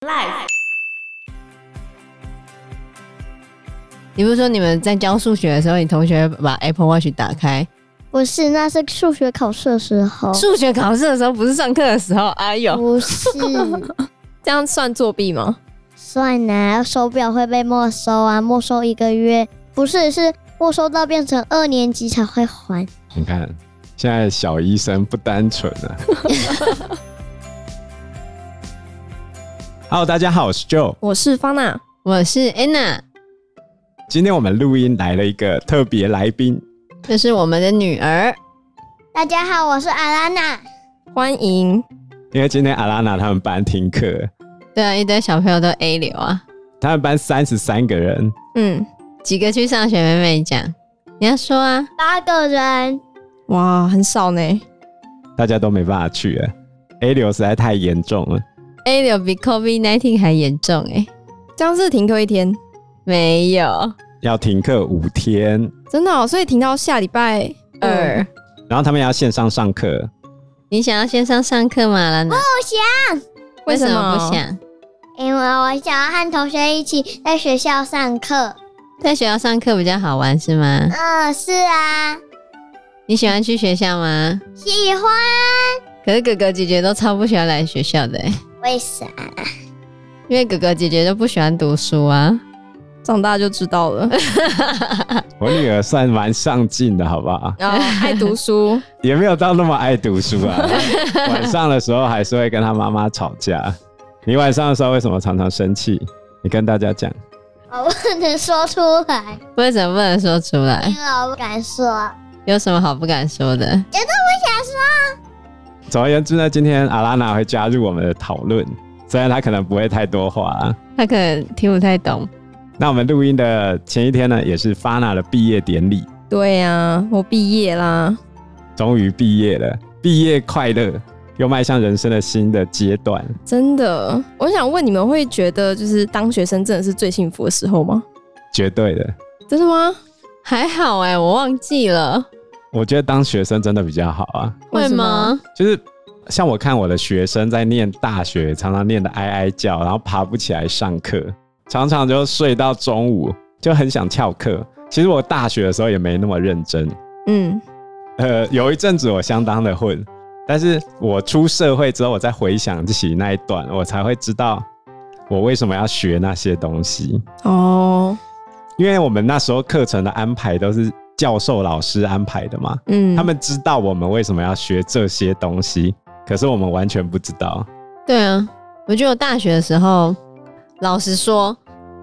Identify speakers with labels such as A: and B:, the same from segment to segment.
A: Life，
B: 你不是说你们在教数学的时候，你同学把 Apple Watch 打开？
C: 不是，那是数学考试的时
D: 哦
C: 候，
B: 数学考试的时候，不是上课的时候。哎呦，
C: 不是
D: 这样算作弊吗？
C: 算啊，手表会被没收啊，没收一个月，不是，是没收到变成二年级才会还。
E: 你看，现在小医生不单纯啊了。Hello，大家好，我是 Joe。
D: 我是方娜，
B: 我是 Anna，
E: 今天我们录音来了一个特别来宾，
B: 这是我们的女儿。
C: 大家好，我是阿拉娜，
D: 欢迎。
E: 因为今天阿拉娜他们班停课，
B: 对啊，一堆小朋友都 A 流啊，
E: 他们班三十三个人，
D: 嗯，
B: 几个去上学，妹妹讲，你要说啊，
C: 八个人，
D: 哇，很少呢。
E: 大家都没办法去了。A 流实在太严重了，
B: a 流比 COVID 19还严重哎、
D: 这样是停课一天，
B: 没有
E: 要停课五天，
D: 真的、哦，所以停到下礼拜
B: 二嗯
D: 二。。
E: 然后他们要线上上课，
B: 你想要线上上课吗，兰娜？
D: 啊
B: 为什么不？想？
C: 因为我想要和同学一起在学校上课。
B: 在学校上课比较好玩是吗？
C: 嗯，是啊，
B: 你喜欢去学校吗？
C: 喜欢。
B: 可是哥哥姐姐都超不喜欢来学校的、欸，
C: 为啥？
B: 因为哥哥姐姐都不喜欢读书啊。
D: 长大就知道 了。
E: 我女儿算蛮上进的，好不好？
D: 然后哦爱 读书，
E: 也没有到那么爱读书啊。晚上的时候还是会跟他妈妈吵架。你晚上的时候为什么常常生气？你跟大家讲，
C: 我不能说出来，
B: 为什么不能说出来
C: 因？为我不敢说。
B: 有什么好不敢说的？
E: 总而言之呢，今天阿拉娜会加入我们的讨论，虽然她可能不会太多话、啊。
B: 他可能听不太懂。
E: 那我们录音的前一天呢，也是 Fana 的毕业典礼，
D: 对呀、我毕业啦。
E: 终于毕业了，毕业快乐，又迈向人生的新的阶段。
D: 真的，我想问你们会觉得就是当学生真的是最幸福的时候吗？
E: 绝对的，
D: 真的吗？
B: 还好哎、我忘记了，
E: 我觉得当学生真的比较好啊。
D: 为
B: 会
D: 什么
B: 吗？
E: 就是像我看我的学生在念大学，常常念的哀哀叫，然后爬不起来上课，常常就睡到中午，就很想翘课。其实我大学的时候也没那么认真，
D: 嗯，
E: 呃，有一阵子我相当的混，但是我出社会之后，我再回想起那一段，我才会知道我为什么要学那些东西。
D: 哦，
E: 因为我们那时候课程的安排都是教授老师安排的嘛，
D: 嗯，
E: 他们知道我们为什么要学这些东西，可是我们完全不知道。
B: 对啊，我觉得我大学的时候，老实说，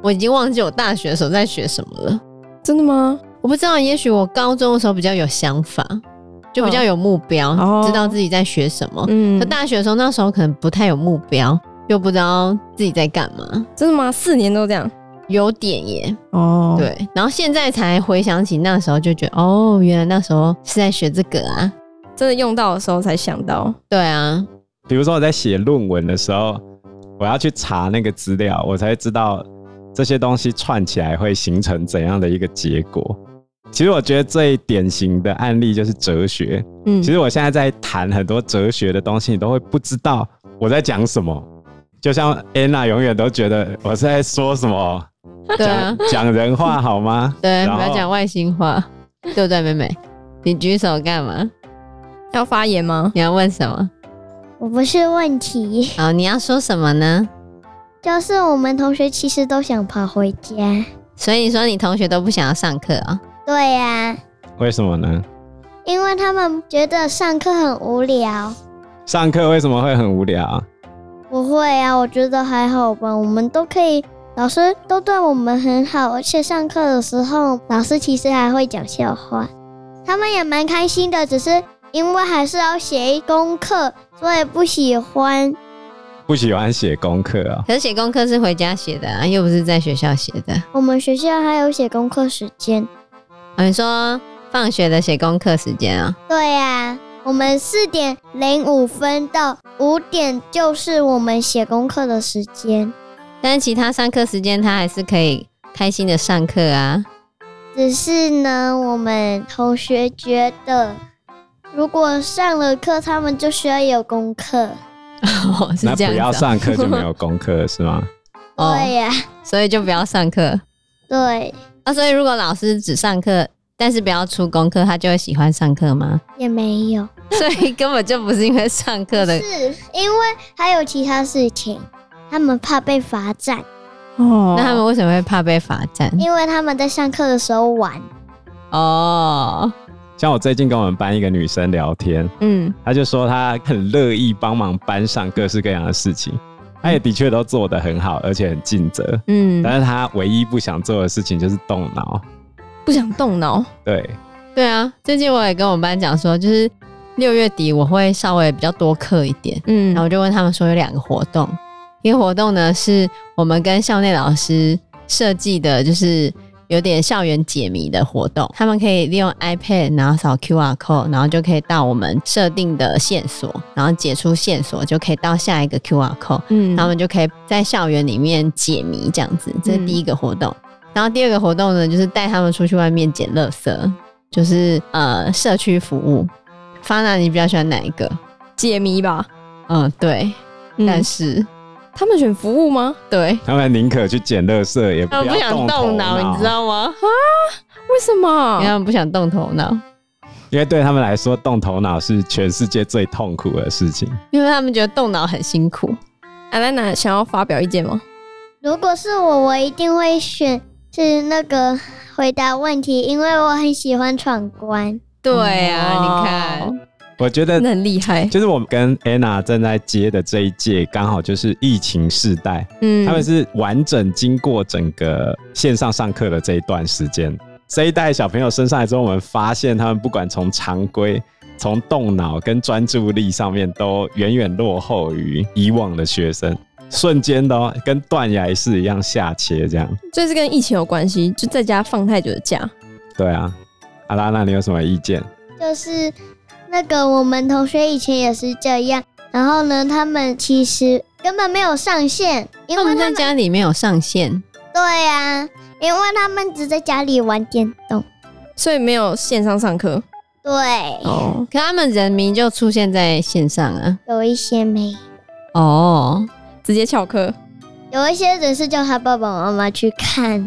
B: 我已经忘记我大学的时候在学什么了。
D: 真的吗？
B: 我不知道，也许我高中的时候比较有想法，就比较有目标，
D: 哦
B: 知道自己在学什么。
D: 嗯
B: 可，哦大学的时候，那时候可能不太有目标，又不知道自己在干嘛，
D: 真的吗？四年都这样？
B: 有点耶。
D: 哦，
B: 对，然后现在才回想起那时候，就觉得哦，原来那时候是在学这个啊。
D: 真的用到的时候才想到。
B: 对啊，
E: 比如说我在写论文的时候，我要去查那个资料，我才会知道这些东西串起来会形成怎样的一个结果。其实我觉得最典型的案例就是哲学。
D: 嗯
E: 其实我现在在谈很多哲学的东西，你都会不知道我在讲什么。就像安娜永远都觉得我是在说什么
B: 对啊
E: 讲，讲人话好吗？
B: 对，啊
E: 然
B: 不
E: 后
B: 要讲外星话，对不对，妹妹？你举手干嘛？
D: 要发言吗？
B: 你要问什么？
C: 我不是问题，
B: 好，你要说什么呢？
C: 就是我们同学其实都想跑回家。
B: 所以你说你同学都不想要上课啊、
C: 对呀、
E: 为什么呢？
C: 因为他们觉得上课很无聊。
E: 上课为什么会很无聊？
C: 不会啊，我觉得还好吧，我们都可以，老师都对我们很好，而且上课的时候，老师其实还会讲笑话，他们也蛮开心的，只是因为还是要写功课，所以不喜欢。
E: 不喜欢写功课啊、
B: 可是写功课是回家写的啊，又不是在学校写的。
C: 我们学校还有写功课时间。
B: 啊，你说放学的写功课时间啊、
C: 对呀、我们四点零五分到五点就是我们写功课的时间，
B: 但是其他上课时间他还是可以开心的上课啊。
C: 只是呢，我们同学觉得，如果上了课，他们就需要有功课。
B: 哦，是
E: 那
B: 这样
E: 不要
B: 子、啊，
E: 上课就没有功课是吗？
B: 哦，
C: 对呀、
B: 所以就不要上课。
C: 对，
B: 啊，所以如果老师只上课，但是不要出功课，他就会喜欢上课吗？
C: 也没有，
B: 所以根本就不是因为上课的
C: 是因为还有其他事情，他们怕被罚站，
D: 哦
B: 那他们为什么会怕被罚站？
C: 因为他们在上课的时候玩。
B: 哦，
E: 像我最近跟我们班一个女生聊天，
D: 嗯，
E: 她就说她很乐意帮忙班上各式各样的事情，她也的确都做得很好，而且很尽责。
D: 嗯，
E: 但是她唯一不想做的事情就是动脑。
D: 不想动脑，
E: 对，
B: 对啊，最近我也跟我们班讲说，就是六月底我会稍微比较多课一点，
D: 嗯
B: 然后我就问他们说有两个活动，一个活动呢是我们跟校内老师设计的，就是有点校园解谜的活动，他们可以利用 iPad 然后扫 QR code，然后就可以到我们设定的线索，然后解出线索就可以到下一个 QR code，
D: 嗯
B: 他们就可以在校园里面解谜这样子，这是第一个活动。然后第二个活动呢，就是带他们出去外面捡垃圾，就是呃社区服务。发娜，你比较喜欢哪一个？
D: 解谜吧，
B: 嗯，对，
D: 嗯
B: 但是、
D: 他们选服务吗？
B: 对，
E: 他们宁可去捡垃圾，也不
B: 他们呃不
E: 要
B: 想
E: 头
B: 动脑，你知？道吗？
D: 为什么
B: 因 为？他们不想动头脑，
E: 因为对他们来说，动头脑是全世界最痛苦的事情。
B: 因为他们觉得动脑很辛苦。
D: 艾莱娜想要发表意见吗？
C: 如果是我，我一定会选是那个回答问题，因为我很喜欢闯关。
B: 对啊，你看，
E: 我觉得
D: 真的很厉害，
E: 就是我们跟 Anna 正在接的这一届，刚好就是疫情世代，
D: 嗯
E: 他们是完整经过整个线上上课的这一段时间。这一代小朋友升上来之后，我们发现他们不管从常规、从动脑跟专注力上面，都远远落后于以往的学生，瞬间的、哦、跟断崖式一样下切这样。
D: 所以是跟疫情有关系，就在家放太久的假，
E: 对啊，阿拉，那你有什么意见？
C: 就是那个我们同学以前也是这样，然后呢，他们其实根本没有上线，因
B: 他
C: 为
B: 们
C: 他
B: 在
C: 们
B: 家里面有上线，
C: 对呀、因为他们只在家里玩电动。
D: 所以没有线上上课
C: 对，
D: 哦。
B: 可他们人名就出现在线上啊。
C: 有一些没，
B: 哦，
D: 直接翘课，
C: 有一些只是叫他爸爸妈妈去看，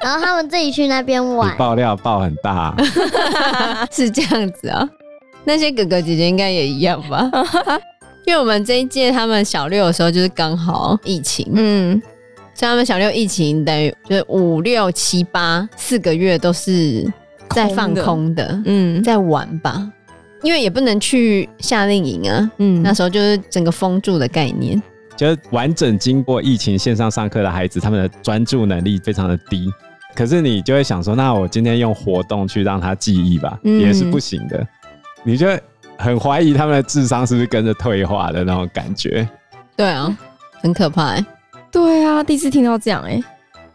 C: 然后他们自己去那边
E: 你
C: 玩。
E: 爆料爆很大、啊，
B: 是这样子啊。那些哥哥姐姐应该也一样 吧？因为我们这一届他们小六的时候就是刚好疫情，
D: 嗯，
B: 所以他们小六疫情等于就是五六七八四个月都是在放空的，
D: 嗯
B: 在玩吧，因为也不能去夏令营啊。
D: 嗯
B: 那时候就是整个封住的概念，
E: 就是完整经过疫情线上上课的孩子，他们的专注能力非常的低。可是你就会想说，那我今天用活动去让他记忆吧，
D: 嗯
E: 也是不行的。你就很怀疑他们的智商是不是跟着退化的那种感觉。
B: 对啊，很可怕、欸。
D: 对啊，第一次听到这样哎、欸，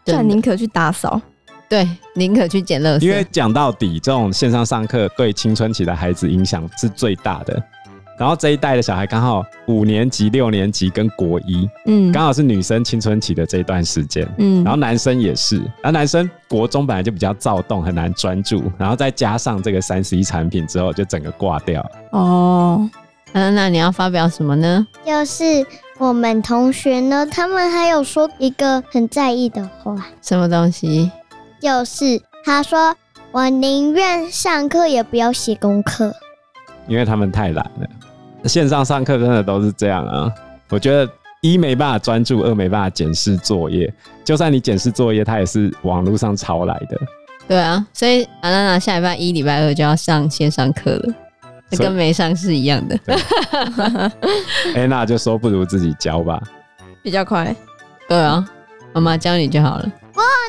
B: 真的
D: 但宁可去打扫，
B: 对，宁可去捡垃圾，
E: 因为讲到底，这种线上上课对青春期的孩子影响是最大的。然后这一代的小孩刚好五年级、六年级跟国一，
D: 嗯
E: 刚好是女生青春期的这一段时间。
D: 嗯
E: 然后男生也是，然后男生国中本来就比较躁动，很难专注，然后再加上这个三十一产品之后，就整个挂掉。
D: 哦，
B: 啊，那你要发表什么呢？
C: 就是我们同学呢，他们还有说一个很在意的话，
B: 什么东西？
C: 就是他说我宁愿上课也不要写功课。
E: 因为他们太懒了。线上上课真的都是这样啊，我觉得一没办法专注，二没办法检视作业，就算你检视作业，它也是网络上抄来的。
B: 对啊，所以阿娜娜下礼拜一、礼拜二就要上线上课了，那
E: 所以
B: 跟没上是一样的。
E: 安娜就说不如自己教吧，
D: 比较快，
B: 对啊，妈妈教你就好了。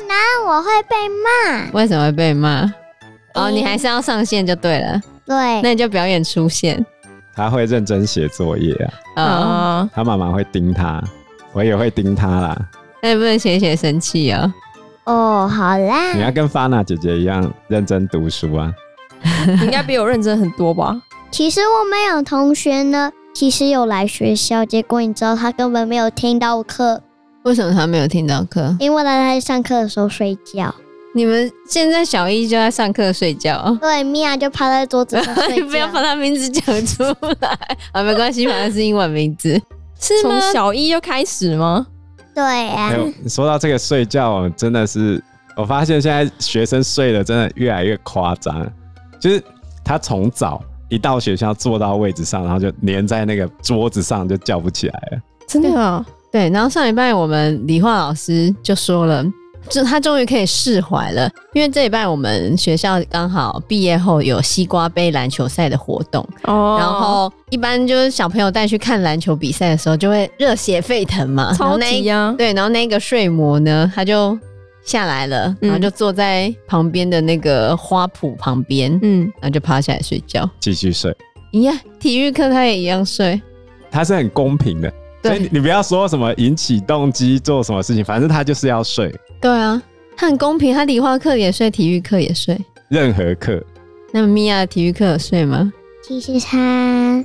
C: 那我会被骂。
B: 为什么会被骂？哦，
C: 嗯
B: 你还是要上线就对了，
C: 对，
B: 那你就表演出现
E: 她会认真写作业啊，
B: 哦。
D: 啊，
E: 她妈妈会盯她，我也会盯她啦。
B: 那你不能写一写生气哦。
C: 哦，好
E: 你要
C: 啦。
E: 跟发娜姐姐一样认真读书啊。
D: 你应该比我认真很多吧？
C: 其实我们有同学呢，其实有来学校，结果你知道他根本没有听到课，
B: 为什么他没有听到课？
C: 因为他在上课的时候睡觉。
B: 你们现在小一就在上课睡觉哦，
C: 对，米娅就趴在桌子上
B: 你
C: 睡觉。
B: 不要把他名字讲出来啊，没关系，反正是英文名 字。
D: 是
B: 吗
D: 从小一就开始吗？
C: 对啊呀、
E: 还有哎
D: 哎
E: 说到这个睡觉，真的是我发现现在学生睡的真的越来越夸张，就是他从早一到学校坐到位置上，然后就粘在那个桌子上就叫不起来了。
D: 真的啊，
B: 对，然后上礼拜我们理化老师就说了，就他终于可以释怀了，因为这礼拜我们学校刚好毕业后有西瓜杯篮球赛的活动，
D: 哦，
B: 然后一般就是小朋友带去看篮球比赛的时候，就会热血沸腾嘛，然后
D: 超
B: 那一
D: 级啊，
B: 对，然后那个睡魔呢，他就下来了，然后就坐在旁边的那个花圃旁边，
D: 嗯，
B: 然后就趴下来睡觉。
E: 继续睡，
B: 一样，体育课他也一样睡。
E: 他是很公平的，所
B: 对
E: 以你你不要说什么引起动机做什么事情，反正他就是要睡，
B: 对啊，他很公平，他理化课也睡，体育课也睡。
E: 任何课
B: 那么米娅的体育课有睡吗？
C: 其实他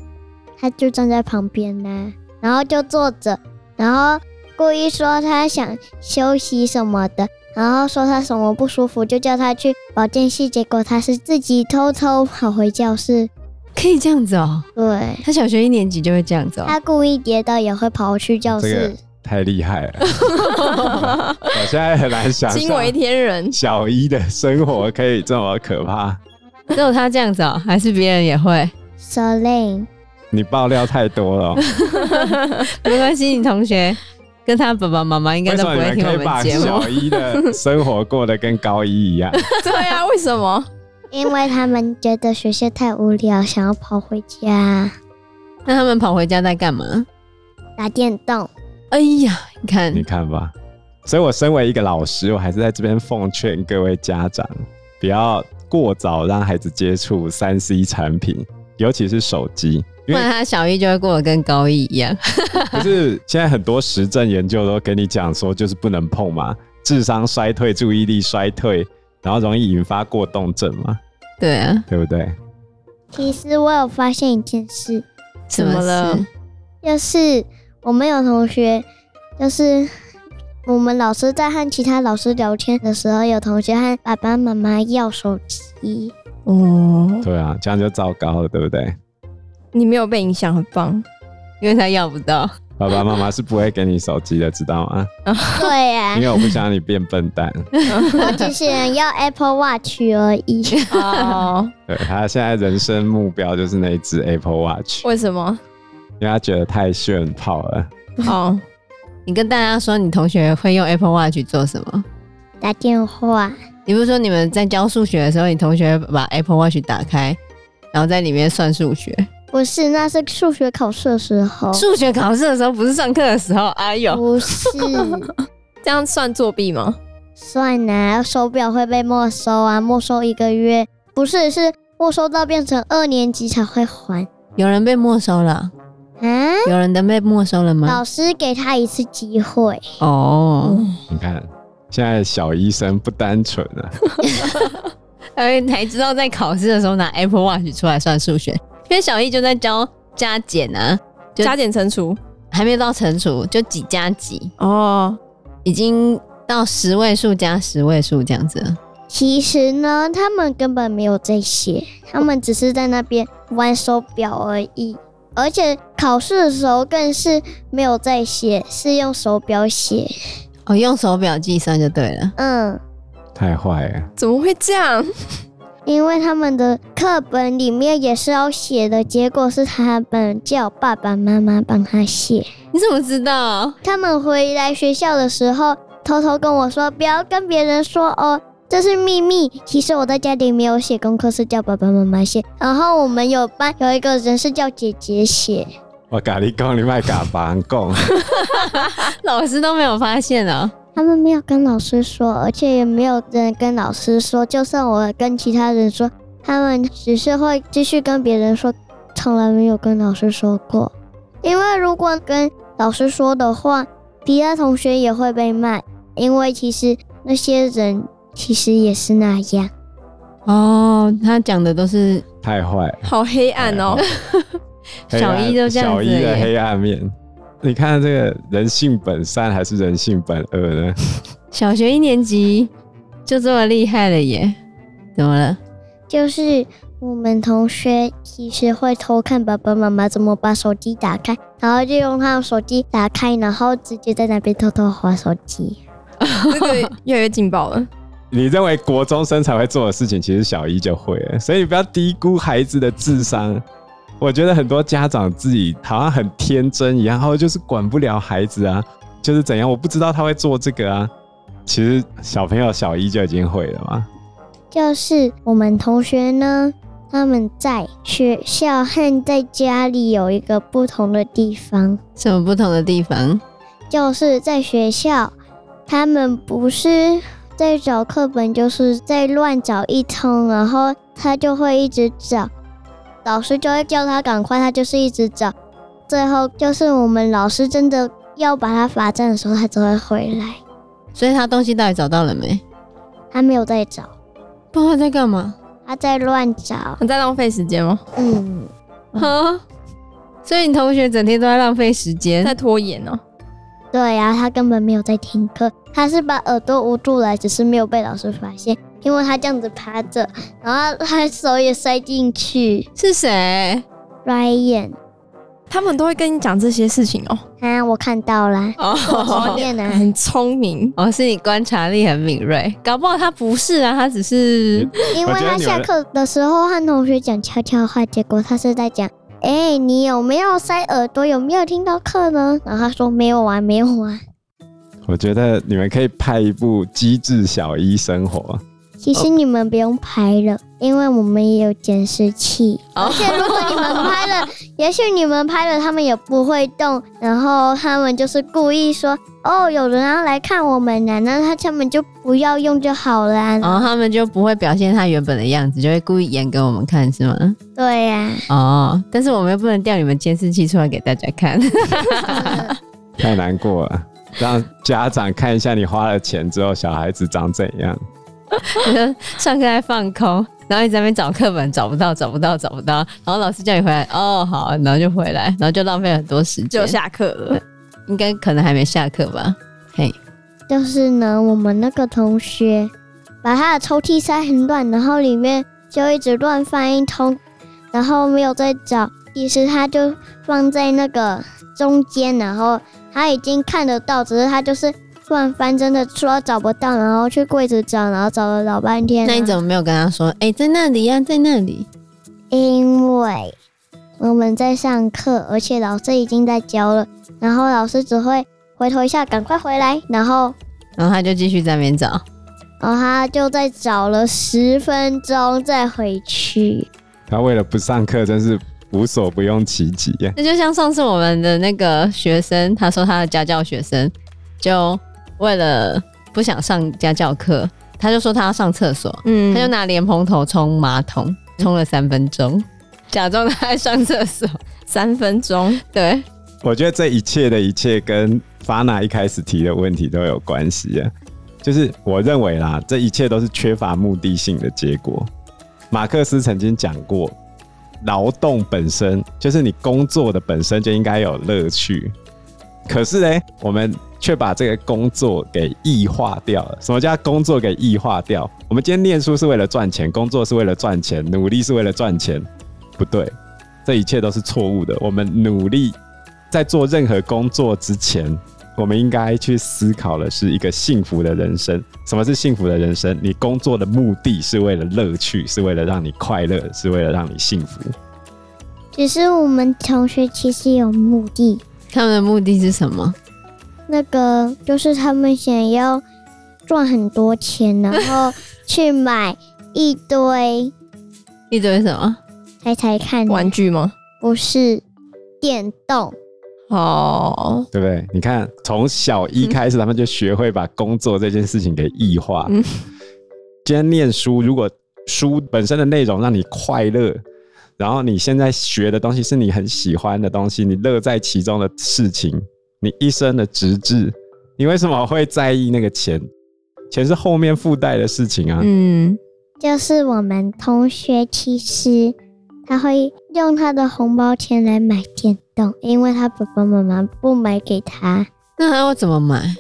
C: 他就站在旁边呢、啊然后就坐着，然后故意说他想休息什么的，然后说他什么不舒服，就叫他去保健室，结果他是自己偷偷跑回教室。
B: 可以这样子哦，
C: 对
B: 他小学一年级就会这样子哦。
C: 他故意跌倒也会跑去教
E: 这
C: 室
E: 个，太厉害了。我现在很难想
D: 惊为
E: 象
D: 天人，
E: 小一的生活可以这么可怕。
B: 只有他这样子哦，还是别人也会？
C: 蛇令
E: 你爆料太多了哦、
B: 没关系，你同学跟他爸爸妈妈应该
E: 为
B: 都
E: 什
B: 不
E: 么
B: 会
E: 你
B: 听我
E: 们可以把
B: 们节目。
E: 小一的生活过得跟高一一 样？
D: 对啊，为什么？
C: 因为他们觉得学校太无聊，想要跑回家
B: 那他们跑回家在干嘛？
C: 打电动。
B: 哎呀，你看
E: 你看吧。所以我身为一个老师，我还是在这边奉劝各位家长，不要过早让孩子接触三 C 产品，尤其是手机，
B: 不
E: 因为
B: 然他小一就会过得跟高一一样。
E: 不是现在很多实证研究都跟你讲说，就是不能碰嘛，智商衰退、注意力衰退，然后容易引发过动症嘛，
B: 对啊，
E: 对不对？
C: 其实我有发现一件事，
B: 什
D: 怎么了
B: 事
C: 就是我们有同学，就是我们老师在和其他老师聊天的时候，有同学和爸爸妈妈要手 机，
D: 哦，
E: 对啊，这样就糟糕了，对不对？
D: 你没有被影响，很棒。
B: 因为他要不到。
E: 爸爸妈妈是不会给你手机的，知道吗？
C: 对啊呀、
E: 因为我不想你变笨蛋。
C: 我只想要 Apple Watch 而已。
D: 哦，
E: 对他现在人生目标就是那一只 Apple Watch，
D: 为什么？
E: 因为他觉得太炫炮了。
D: 哦，
B: 你跟大家说你同学会用 Apple Watch 做什么？
C: 打电话，
B: 你不是说你们在教数学的时候，你同学把 Apple Watch 打开，然后在里面算数学？
C: 不是，那是数学考试的时候，
B: 数学考试的时候不是上课的时候？哎
E: 哦
B: 呦，
C: 不是
D: 这样算作弊吗？
C: 算啊，手表会被没收啊，没收一个月，不是，是没收到变成二年级才会还
B: 有人被没收了？
C: 啊。
B: 有人的被没收了吗？
C: 老师给他一次机会。
B: 哦，
E: 你看，现在小医生不单纯啊，
B: 哎，才知道在考试的时候拿 Apple Watch 出来算数学，因为小易就在教加减啊，就
D: 加减乘除。
B: 还没有到乘除，就几加几，
D: 哦，
B: 已经到十位数加十位数这样子了。
C: 其实呢，他们根本没有这些，他们只是在那边玩手表而已。而且考试的时候更是没有在写，是用手表写。
B: 哦，用手表计算就对了。
C: 嗯，
E: 太坏了。
D: 怎么会这样？
C: 因为他们的课本里面也是要写的，结果是他们叫爸爸妈妈帮他写。
B: 你怎么知道？
C: 他们回来学校的时候，偷偷跟我说不要跟别人说哦，这是秘密。其实我在家里没有写功课，是叫爸爸妈妈写。然后我们有班有一个人是叫姐姐写，
E: 我咖喱贡，你卖嘎巴贡，
B: 老师都没有发现啊、
C: 他们没有跟老师说，而且也没有人跟老师说。就算我跟其他人说，他们只是会继续跟别人说，从来没有跟老师说过。因为如果跟老师说的话，其他同学也会被骂，因为其实那些人其实也是那样。
B: 哦，他讲的都是
E: 太坏了。
D: 好黑暗哦。
E: 黑
B: 小
E: 暗
B: 一就这样
E: 小
B: 子
E: 一的
B: 耶
E: 黑暗面。你看这个人性本善还是人性本恶呢？
B: 小学一年级就这么厉害了耶？怎么了？
C: 就是我们同学其实会偷看爸爸妈妈怎么把手机打开，然后就用他的手机打开，然后直接在那边偷偷划手机。
D: 这个越来越劲爆了。
E: 你认为国中生才会做的事情，其实小一就会了，所以你不要低估孩子的智商。我觉得很多家长自己好像很天真一样，哦，就是管不了孩子啊，就是怎样，我不知道他会做这个啊。其实小朋友小一就已经会了嘛。
C: 就是我们同学呢，他们在学校和在家里有一个不同的地方，
B: 什么不同的地方？
C: 就是在学校，他们不是在找课本，就是在乱找一通，然后他就会一直找，老师就会叫他赶快，他就是一直找，最后就是我们老师真的要把他罚站的时候，他才会回来，
B: 所以他东西到底找到了没？
C: 他没有在找，
B: 不知道他在干嘛。
C: 他在乱找，
D: 你在浪费时间吗？哦
C: 嗯，
B: 啊！所以你同学整天都在浪费时间
D: 在，拖延哦、
C: 对呀、他根本没有在听课，他是把耳朵捂住来，只是没有被老师发现，因为他这样子趴着，然后他手也塞进去
B: 是谁？
C: ，Ryan。
D: 他们都会跟你讲这些事情哦、
C: 啊，我看到啦，我啊
B: 哦
C: 前 面呢、
D: 很聪明。
B: 哦，是你观察力很敏锐，搞不好他不是啊，他只是
C: 因为
E: 我觉得
C: 他
E: 你
C: 下
E: 们
C: 课的时候和同学讲悄悄话，结果他是在讲，哎、你有没有塞耳朵？有没有听到课呢？然后他说没有啊，没有啊。
E: 我觉得你们可以拍一部《机智小一生活》。
C: 其实你们不用拍了，因为我们也有监视器。
B: 哦
C: 而且如果你们拍了，也许你们拍了，他们也不会动。然后他们就是故意说，哦，有人要来看我们呢、那他他们就不要用就好了、啊。
B: 然后哦他们就不会表现他原本的样子，就会故意演给我们看，是吗？
C: 对啊呀、
B: 哦，但是我们又不能调你们监视器出来给大家看。
E: 太难过了，让家长看一下你花了钱之后小孩子长怎样。
B: 上课在放空，然后一直在那边找课本，找不到，找不到，找不到，然后老师叫你回来，哦，好，然后就回来，然后就浪费很多时间
D: 就，下课了，
B: 应该可能还没下课吧？嘿，
C: 就是呢，我们那个同学把他的抽屉塞很乱，然后里面就一直乱翻一通，然后没有再找。其实他就放在那个中间，然后他已经看得到，只是他就是乱翻，真的说找不到，然后去柜子找，然后找了老半天、
D: 啊
B: 那你怎
C: 么？
B: 么没有跟他说？哎、在那里呀、在那里。
C: 因为我们在上课，而且老师已经在教了，然后老师只会回头一下，赶快回来，然后
B: 然后他就继续在那边找，
C: 然后他就再找了十分钟再回去。
E: 他为了不上课，真是无所不用其极啊呀、
B: 那就像上次我们的那个学生，他说他的家教学生就为了不想上家教课，他就说他要上厕所，
D: 嗯，
B: 他就拿莲蓬头冲马桶，冲了三分钟，假装他在上厕所。
D: 三分钟，
B: 对，
E: 我觉得这一切的一切跟发娜一开始提的问题都有关系啊。就是我认为啦，这一切都是缺乏目的性的结果。马克思曾经讲过，劳动本身就是你工作的本身就应该有乐趣。可是呢，我们却把这个工作给异化掉了。什么叫工作给异化掉？我们今天念书是为了赚钱，工作是为了赚钱，努力是为了赚钱，不对，这一切都是错误的。我们努力在做任何工作之前，我们应该去思考的是一个幸福的人生。什么是幸福的人生？你工作的目的是为了乐趣，是为了让你快乐，是为了让你幸福。
C: 只是我们同学其实有目的，
B: 他们的目的是什么？
C: 那个就是他们想要赚很多钱，然后去买一堆，
B: 一堆什么？
C: 猜猜看，
D: 玩具吗？
C: 不是电动，
D: 哦，
E: 对不对？你看，从小一开始，他们就学会把工作这件事情给异化。
D: 嗯
E: 今天念书，如果书本身的内容让你快乐，然后你现在学的东西是你很喜欢的东西，你乐在其中的事情，你一生的直至，你为什么会在意那个钱？钱是后面附带的事情啊。
D: 嗯，
C: 就是我们同学其实他会用他的红包钱来买电动，因为他爸爸妈妈不买给他。
B: 那他要怎么买？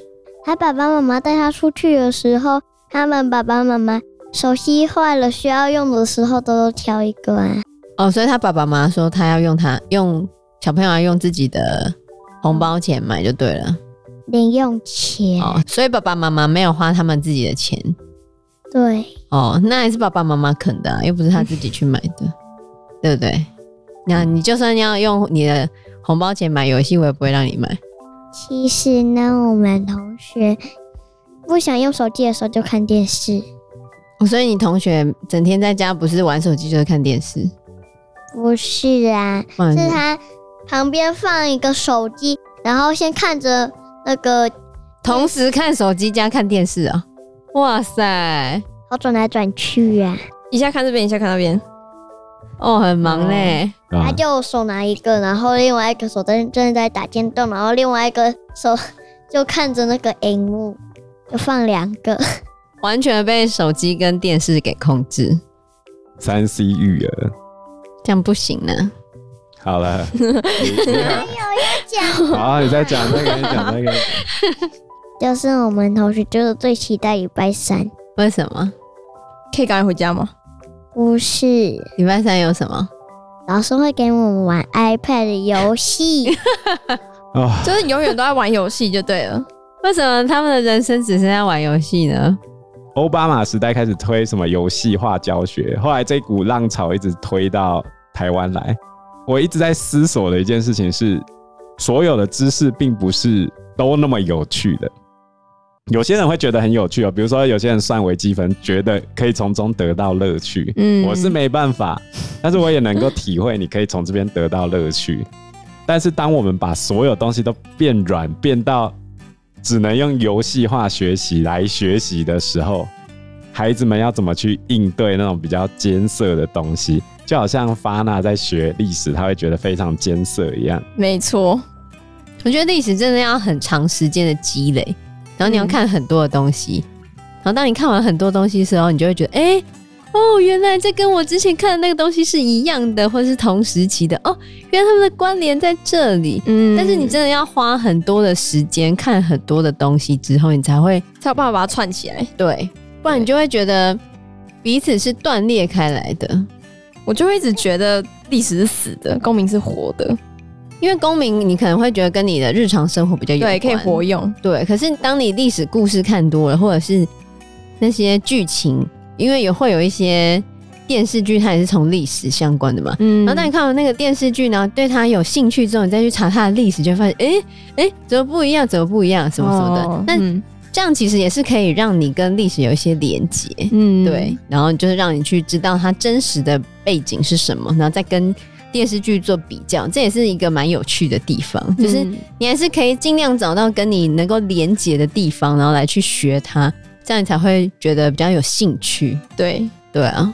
C: 他爸爸妈妈带他出去的时候，他们爸爸妈妈手机坏了需要用的时候都挑一个啊。
B: 哦，所以他爸爸妈妈说他要用他用小朋友要用自己的红包钱买就对了。
C: 零用钱，
B: 哦，所以爸爸妈妈没有花他们自己的钱。
C: 对，
B: 哦，那也是爸爸妈妈啃的啊、又不是他自己去买的， 对不对？那你就算要用你的红包钱买游戏，我也不会让你买。
C: 其实呢，我们同学不想用手机的时候就看电视，
B: 哦所以你同学整天在家不是玩手机就是看电视，嗯
C: 不是啊，
B: 不然
C: 是他旁边放一个手机，然后先看着那个，
B: 同时看手机加看电视啊、哇塞，
C: 好转来转去啊，
D: 一下看这边，一下看那边，
B: 哦，很忙嘞、
E: 啊
C: 他就手拿一个，然后另外一个手在正在打电动，然后另外一个手 就看着那个荧幕，就放两个，
B: 完全被手机跟电视给控制，
E: 三 C 育儿。
B: 这样不行啊呢。
E: 好了，你你
C: 讲
E: 好，你再讲那个，你讲那个。
C: 就是我们同学就是最期待礼拜三，
B: 为什么？
D: 可以赶快回家吗？
C: 不是
B: 礼拜三有什么？
C: 老师会给我们玩 iPad 的游戏，
E: 哦，
D: 就是永远都在玩游戏就对了。
B: 为什么他们的人生只剩下玩游戏呢？
E: 奥巴马时代开始推什么游戏化教学，后来这股浪潮一直推到台湾来。我一直在思索的一件事情是，所有的知识并不是都那么有趣的。有些人会觉得很有趣哦，比如说有些人算微积分，觉得可以从中得到乐趣。
D: 嗯
E: 我是没办法，但是我也能够体会，你可以从这边得到乐趣。但是当我们把所有东西都变软，变到只能用游戏化学习来学习的时候，孩子们要怎么去应对那种比较艰涩的东西？就好像发娜在学历史，她会觉得非常艰涩一样。
D: 没错，
B: 我觉得历史真的要很长时间的积累，然后你要看很多的东西，然后当你看完很多东西的时候，你就会觉得，哎、哦，原来这跟我之前看的那个东西是一样的，或是同时期的，哦，原来他们的关联在这里。
D: 嗯
B: 但是你真的要花很多的时间看很多的东西之后，你才会
D: 才有办法把它串起来。
B: 对，不然你就会觉得彼此是断裂开来的。
D: 我就会一直觉得历史是死的，公民是活的，
B: 因为公民，你可能会觉得跟你的日常生活比较有关，
D: 对，可以活用。
B: 对，可是当你历史故事看多了，或者是那些剧情，因为也会有一些电视剧，它也是从历史相关的嘛。
D: 嗯
B: 然后当你看完那个电视剧，然后对它有兴趣之后，你再去查它的历史，就会发现，诶诶，怎么不一样？怎么不一样？什么什么的。那、
D: 嗯
B: 这样其实也是可以让你跟历史有一些连接，
D: 嗯
B: 对，。然后就是让你去知道它真实的背景是什么，然后再跟电视剧做比较，这也是一个蛮有趣的地方，就是。
D: 嗯
B: 你还是可以尽量找到跟你能够连接的地方，然后来去学它，这样你才会觉得比较有兴趣。
D: 对，
B: 对啊，